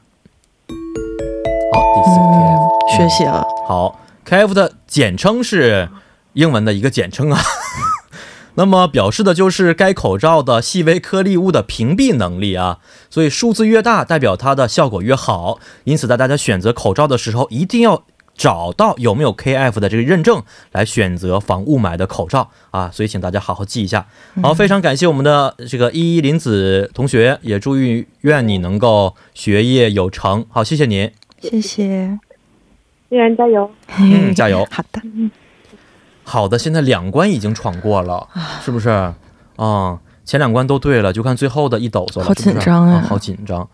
S1: 好，第四个 KF。
S8: 学习了。
S1: 好，KF 的简称是英文的一个简称啊， 那么表示的就是该口罩的细微颗粒物的屏蔽能力啊，所以数字越大，代表它的效果越好。因此，在大家选择口罩的时候，一定要找到有没有 KF 的这个认证来选择防雾霾的口罩啊，所以请大家好好记一下。好，非常感谢我们的这个依依林子同学，也祝愿你能够学业有成。好，谢谢您。
S8: 谢谢。
S11: 依然加油。
S1: 嗯，加油。
S8: 好的。
S1: 好的，现在两关已经闯过了，是不是？啊、前两关都对了，就看最后的一抖嗦了，
S8: 好
S1: 是不是
S8: 紧张呀
S1: 啊好紧张，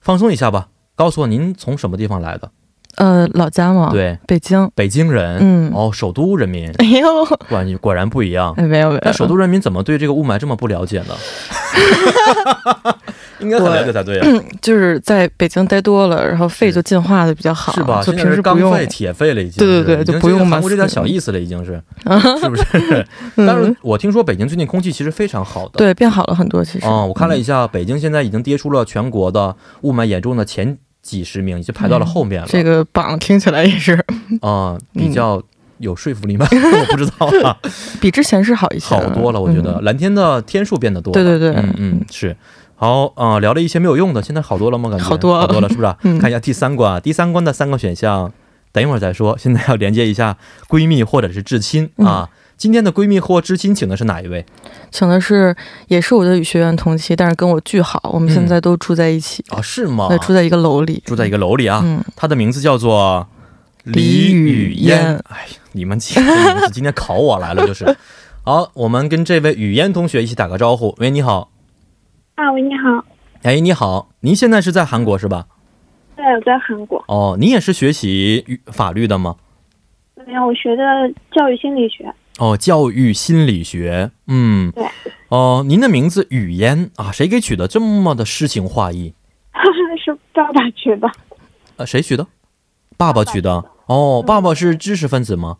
S1: 放松一下吧。告诉我您从什么地方来的？
S8: 呃，老家嘛，
S1: 对
S8: 北京。
S1: 北京人，
S8: 嗯
S1: 哦，首都人民，
S8: 哎呦，
S1: 果然果然不一样。
S8: 哎没有没有
S1: 那首都人民怎么对这个雾霾这么不了解 呢？应该很了解才对啊，
S8: 就是在北京待多了，然后肺就进化的比较好，
S1: 是吧？
S8: 就
S1: 现在
S8: 平
S1: 是
S8: 时
S1: 钢
S8: 不用。
S1: 肺、铁肺了，已经
S8: 对对对
S1: 是已
S8: 就
S1: 经
S8: 不用
S1: 这个韩
S8: mask
S1: 国这点小意思了，已经 是，是不是？
S8: 嗯
S1: 但是我听说北京最近空气其实非常好的，
S8: 对，变好了很多，其实。嗯
S1: 哦，我看了一下，北京现在已经跌出了全国的雾霾严重的前几十名，已经排到了后面了。
S8: 嗯这个榜听起来也是
S1: 啊、比
S8: 嗯
S1: 较有说服力吗？ 我不知道 啊，
S8: 比之前是好一些，嗯
S1: 好多了，我觉得、蓝天的天数变得多了。
S8: 啊对对对
S1: 嗯嗯是。好啊、聊了一些没有用的，现在好多了吗？感觉
S8: 好多了
S1: 好多了，是不是啊？
S8: 嗯
S1: 看一下第三关啊，第三关的三个选项，等一会儿再说。现在要连接一下闺蜜或者是至亲
S8: 嗯
S1: 啊。今天的闺蜜或至亲请的是哪一位？
S8: 请的是也是我的语学院同期，但是跟我巨好，我们现在都住在一起，
S1: 啊，是吗？
S8: 对，住在一个楼里。
S1: 嗯住在一个楼里啊，
S8: 哦嗯
S1: 她的名字叫做
S8: 李
S1: 雨
S8: 雨嫣
S1: 哎呀，你们几个名字今天考我来了，就是。 好，我们跟这位雨嫣同学一起打个招呼。喂，你好。
S12: 啊，喂，你好，
S1: 哎，你好，您现在是在韩国是吧？
S12: 对，我在韩国，
S1: 哦，你也是学习语法律的吗？
S12: 没有，我学的教育心理学，
S1: 哦，教育心理学。嗯。
S12: 对。
S1: 哦，您的名字雨嫣啊，谁给取的这么的诗情画意？
S12: 是爸爸学的，
S1: 呃，谁取的？爸爸取的。哦，爸爸是知识分子吗？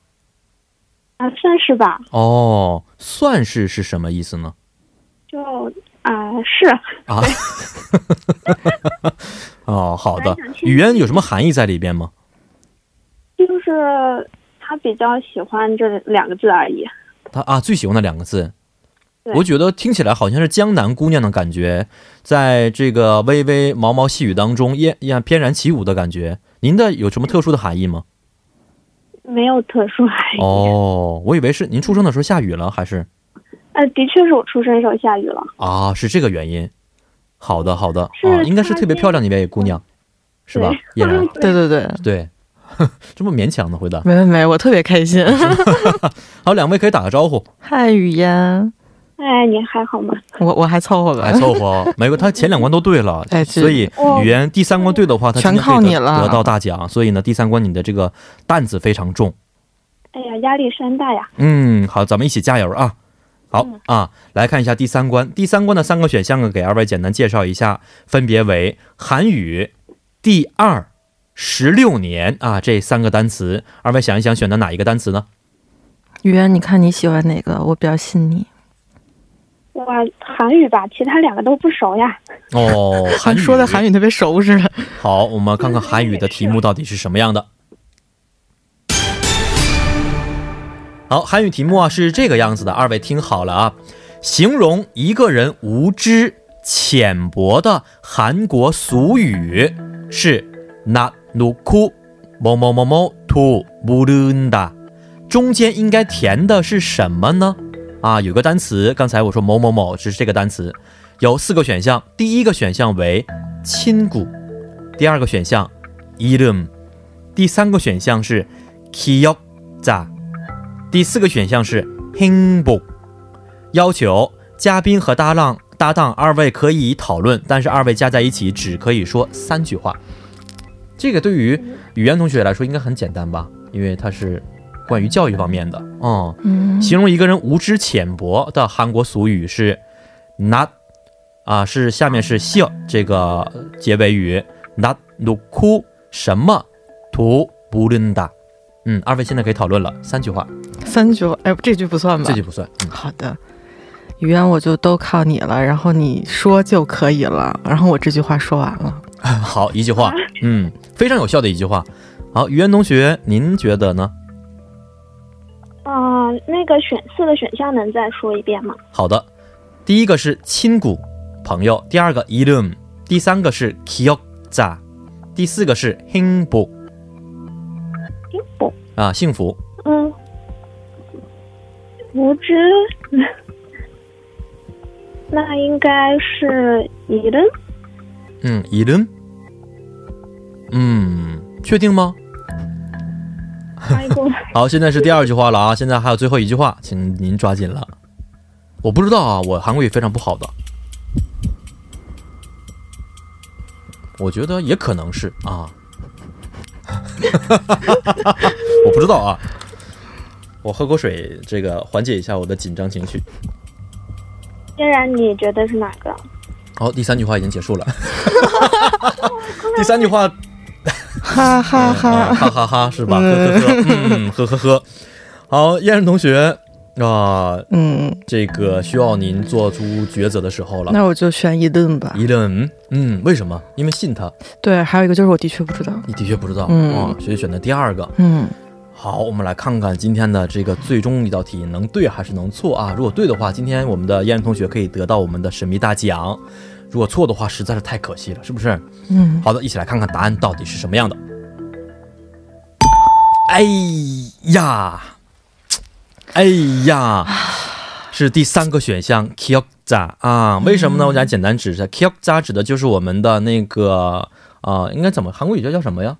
S12: 啊，算是吧，
S1: 哦，算是是什么意思呢？
S12: 就啊、是，
S1: 啊， 哦，好的
S12: 本来想。听
S1: 语言有什么含义在里边吗？
S12: 就是他比较喜欢这两个字而已，
S1: 他啊，最喜欢的两个字，
S12: 对
S1: 我觉得听起来好像是江南姑娘的感觉，在这个微微毛毛细雨当中，艳艳翩然起舞的感觉。您的有什么特殊的含义吗？
S12: 没有特殊含义。
S1: 哦，我以为是您出生的时候下雨了，还是
S12: 呃，的确是我出生时候下雨了，
S1: 啊，是这个原因。好的，好的，
S12: 是
S1: 啊，应该是特别漂亮的一位姑娘，是吧？
S12: 嗯对
S1: 嫣然，
S8: 对对对，
S1: 对， 这么勉强的回答。
S8: 没没没，我特别开心。
S1: 嗯 好，两位可以打个招呼。
S8: 嗨，雨嫣，
S12: 哎，你还好吗？
S8: 我我还凑合吧，
S1: 还凑合哦，没有，他前两关都对了，
S8: 哎是
S1: 所以语言第三关对的话，他
S8: 全
S1: 今天可以
S8: 靠
S1: 得
S8: 你了
S1: 得到大奖。所以呢，第三关你的这个担子非常重。
S12: 哎呀，压力山大呀，
S1: 嗯，好，咱们一起加油啊！好啊，来看一下第三关。第三关的三个选项呢，给二位简单介绍一下，分别为韩语、第二、十六年啊这三个单词，二位想一想，选择哪一个单词呢？
S8: 语言，你看你喜欢哪个？我比较信你。
S12: 我韩语吧，其他两个都不熟呀。
S1: 哦，韩语
S8: 说的韩语特别熟似的。
S1: 好，我们看看韩语的题目到底是什么样的。好，韩语题目啊是这个样子的，二位听好了啊，形容一个人无知浅薄的韩国俗语是“나놓고某某某某투모른다”，中间应该填的是什么呢？啊，有个单词，刚才我说某某某是这个单词，有四个选项，第一个选项为亲骨，第二个选项 ilum，第三个选项是 kiyokza，第四个选项是 hingbo。要求嘉宾和搭档搭档二位可以讨论，但是二位加在一起只可以说三句话。这个对于语言同学来说应该很简单吧，因为它是关于教育方面的。嗯，
S8: 嗯
S1: 形容一个人无知浅薄的韩国俗语是 “not” 啊，是下面是 “xiao” 这个结尾语 “not no ku” 什么图不论的。嗯，二位现在可以讨论了，三句话，
S8: 三句，哎，这句不算吧？
S1: 这句不算。嗯，
S8: 好的，语言我就都靠你了，然后你说就可以了，然后我这句话说完了。
S1: 好，一句话，嗯，非常有效的一句话。好，于言同学，您觉得呢？
S12: 嗯、那个选四个选项能再说一遍吗？
S1: 好的，第一个是亲骨朋友，第二个 ilum，第三个是 kiyokza，第四个是 himbo
S8: 嗯
S12: 听不，
S1: 啊，幸福。
S12: 嗯，无知，那应该是一的。
S1: 嗯，ilum，嗯，确定吗？
S12: 哎呦，
S1: 好，现在是第二句话了啊，现在还有最后一句话，请您抓紧了。我不知道啊，我韩国语非常不好的，我觉得也可能是啊， 我不知道啊，我喝口水，这个缓解一下我的紧张情绪。
S12: 嫣然，你觉得是哪个？
S1: 好，第三句话已经结束了， 第三句话
S8: 哈哈
S1: 啊，
S8: 哈。
S1: 哈哈哈，是吧？呵呵呵，嗯，呵呵呵。好，燕然同学啊，
S8: 嗯，
S1: 这个需要您做出抉择的时候了。
S8: 那我就选一顿吧。
S1: 一愣，嗯，为什么？因为信他，
S8: 对，还有一个就是我的确不知道。
S1: 你的确不知道，
S8: 嗯
S1: 啊，所以选的第二个。
S8: 嗯，
S1: 好，我们来看看今天的这个最终一道题能对还是能错啊？如果对的话，今天我们的燕然同学可以得到我们的神秘大奖；如果错的话，实在是太可惜了，是不是？
S8: 嗯，
S1: 好的，一起来看看答案到底是什么样的。哎呀，哎呀，是第三个选项 kyokza 啊？为什么呢？我来简单指一下，kyokza 指的就是我们的那个啊、呃应该怎么韩国语叫叫什么呀？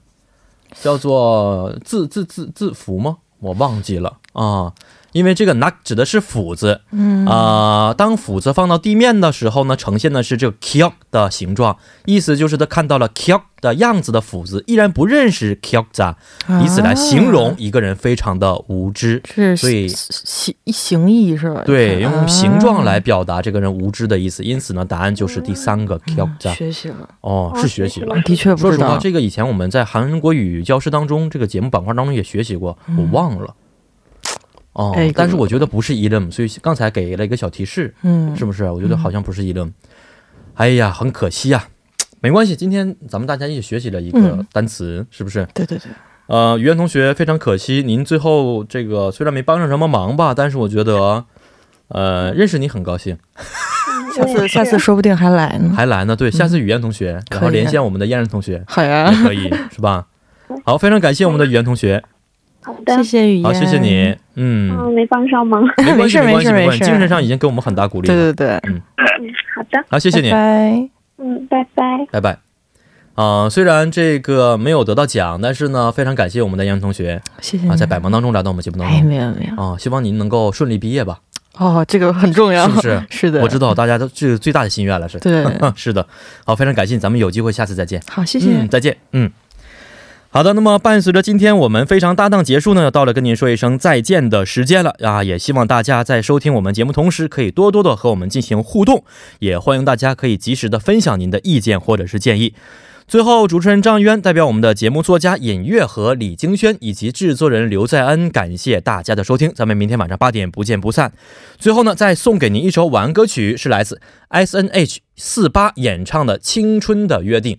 S1: 叫做字字字字符吗？我忘记了啊。因为这个 nak 指的是斧子，
S8: 嗯
S1: 啊、当斧子放到地面的时候呢，呈现的是这个 kyok 的形状，意思就是他看到了 kyok 的样子的斧子，依然不认识 kyokza，以此来形容一个人非常的无知，
S8: 啊是
S1: 所以
S8: 形形意是吧？
S1: 对用形状
S8: 啊
S1: 来表达这个人无知的意思，因此呢，答案就是第三个 kyokza。
S8: 学习了。
S1: 哦，是学习了，
S8: 嗯的确不
S1: 说
S8: 知
S1: 实话，
S8: 道。
S1: 这个以前我们在韩国语教师当中，这个节目板块当中也学习过，我忘了。哦
S8: 嗯哎，
S1: 但是我觉得不是 ilm，所以刚才给了一个小提示，
S8: 嗯
S1: 是不是？我觉得好像不是 ilm。哎呀，很可惜呀、没关系，今天咱们大家一起学习了一个
S8: 嗯
S1: 单词，是不是？
S8: 对对对，
S1: 呃，于源同学，非常可惜，您最后这个虽然没帮上什么忙吧，但是我觉得，呃，认识你很高兴，
S12: 嗯
S8: 下次下次说不定还来呢。
S1: 还来呢。对，下次语言同学，然后
S8: 嗯可以
S1: 连
S8: 啊
S1: 线我们的燕然同学，
S8: 好 呀
S1: 也，可以是 吧？好，非常感谢我们的语言同学，
S12: 好的
S8: 谢，谢语言，
S1: 好，谢谢你，嗯，
S12: 嗯，没帮上忙。
S1: 没关系，
S8: 没事
S1: 没关系，
S8: 没事
S1: 没关系，
S8: 没事
S1: 精神上已经给我们很大鼓励
S8: 对
S1: 了，
S8: 对对，
S12: 嗯，好的，
S1: 好，谢谢你，
S8: 拜
S12: 嗯，拜拜。
S1: 拜拜。啊、虽然这个没有得到奖，但是呢，非常感谢我们的燕然同学
S8: 拜，谢谢
S1: 啊，
S8: 你。
S1: 在百忙当中来到我们节目当
S8: 嗯哎，
S1: 中，
S8: 没有没有，
S1: 啊、希望您能够顺利毕业吧，
S8: 哦，这个很重要，？
S1: 是不是
S8: 是的，
S1: 我知。道大家都这个最大的心愿了，是， 嗯
S8: 对
S1: 是的。好，非常感谢，咱们有机会下次再见。
S8: 好，谢谢
S1: 嗯，，再见，嗯。好的，那么伴随着今天我们非常搭档结束呢，到了跟您说一声再见的时间了啊！也希望大家在收听我们节目同时，可以多多的和我们进行互动，也欢迎大家可以及时的分享您的意见或者是建议。最后，主持人张渊代表我们的节目作家尹月和李京轩以及制作人刘在恩，感谢大家的收听，咱们明天晚上八点不见不散。最后呢，再送给您一首晚安歌曲，是来自 S N H 四八演唱的《青春的约定》。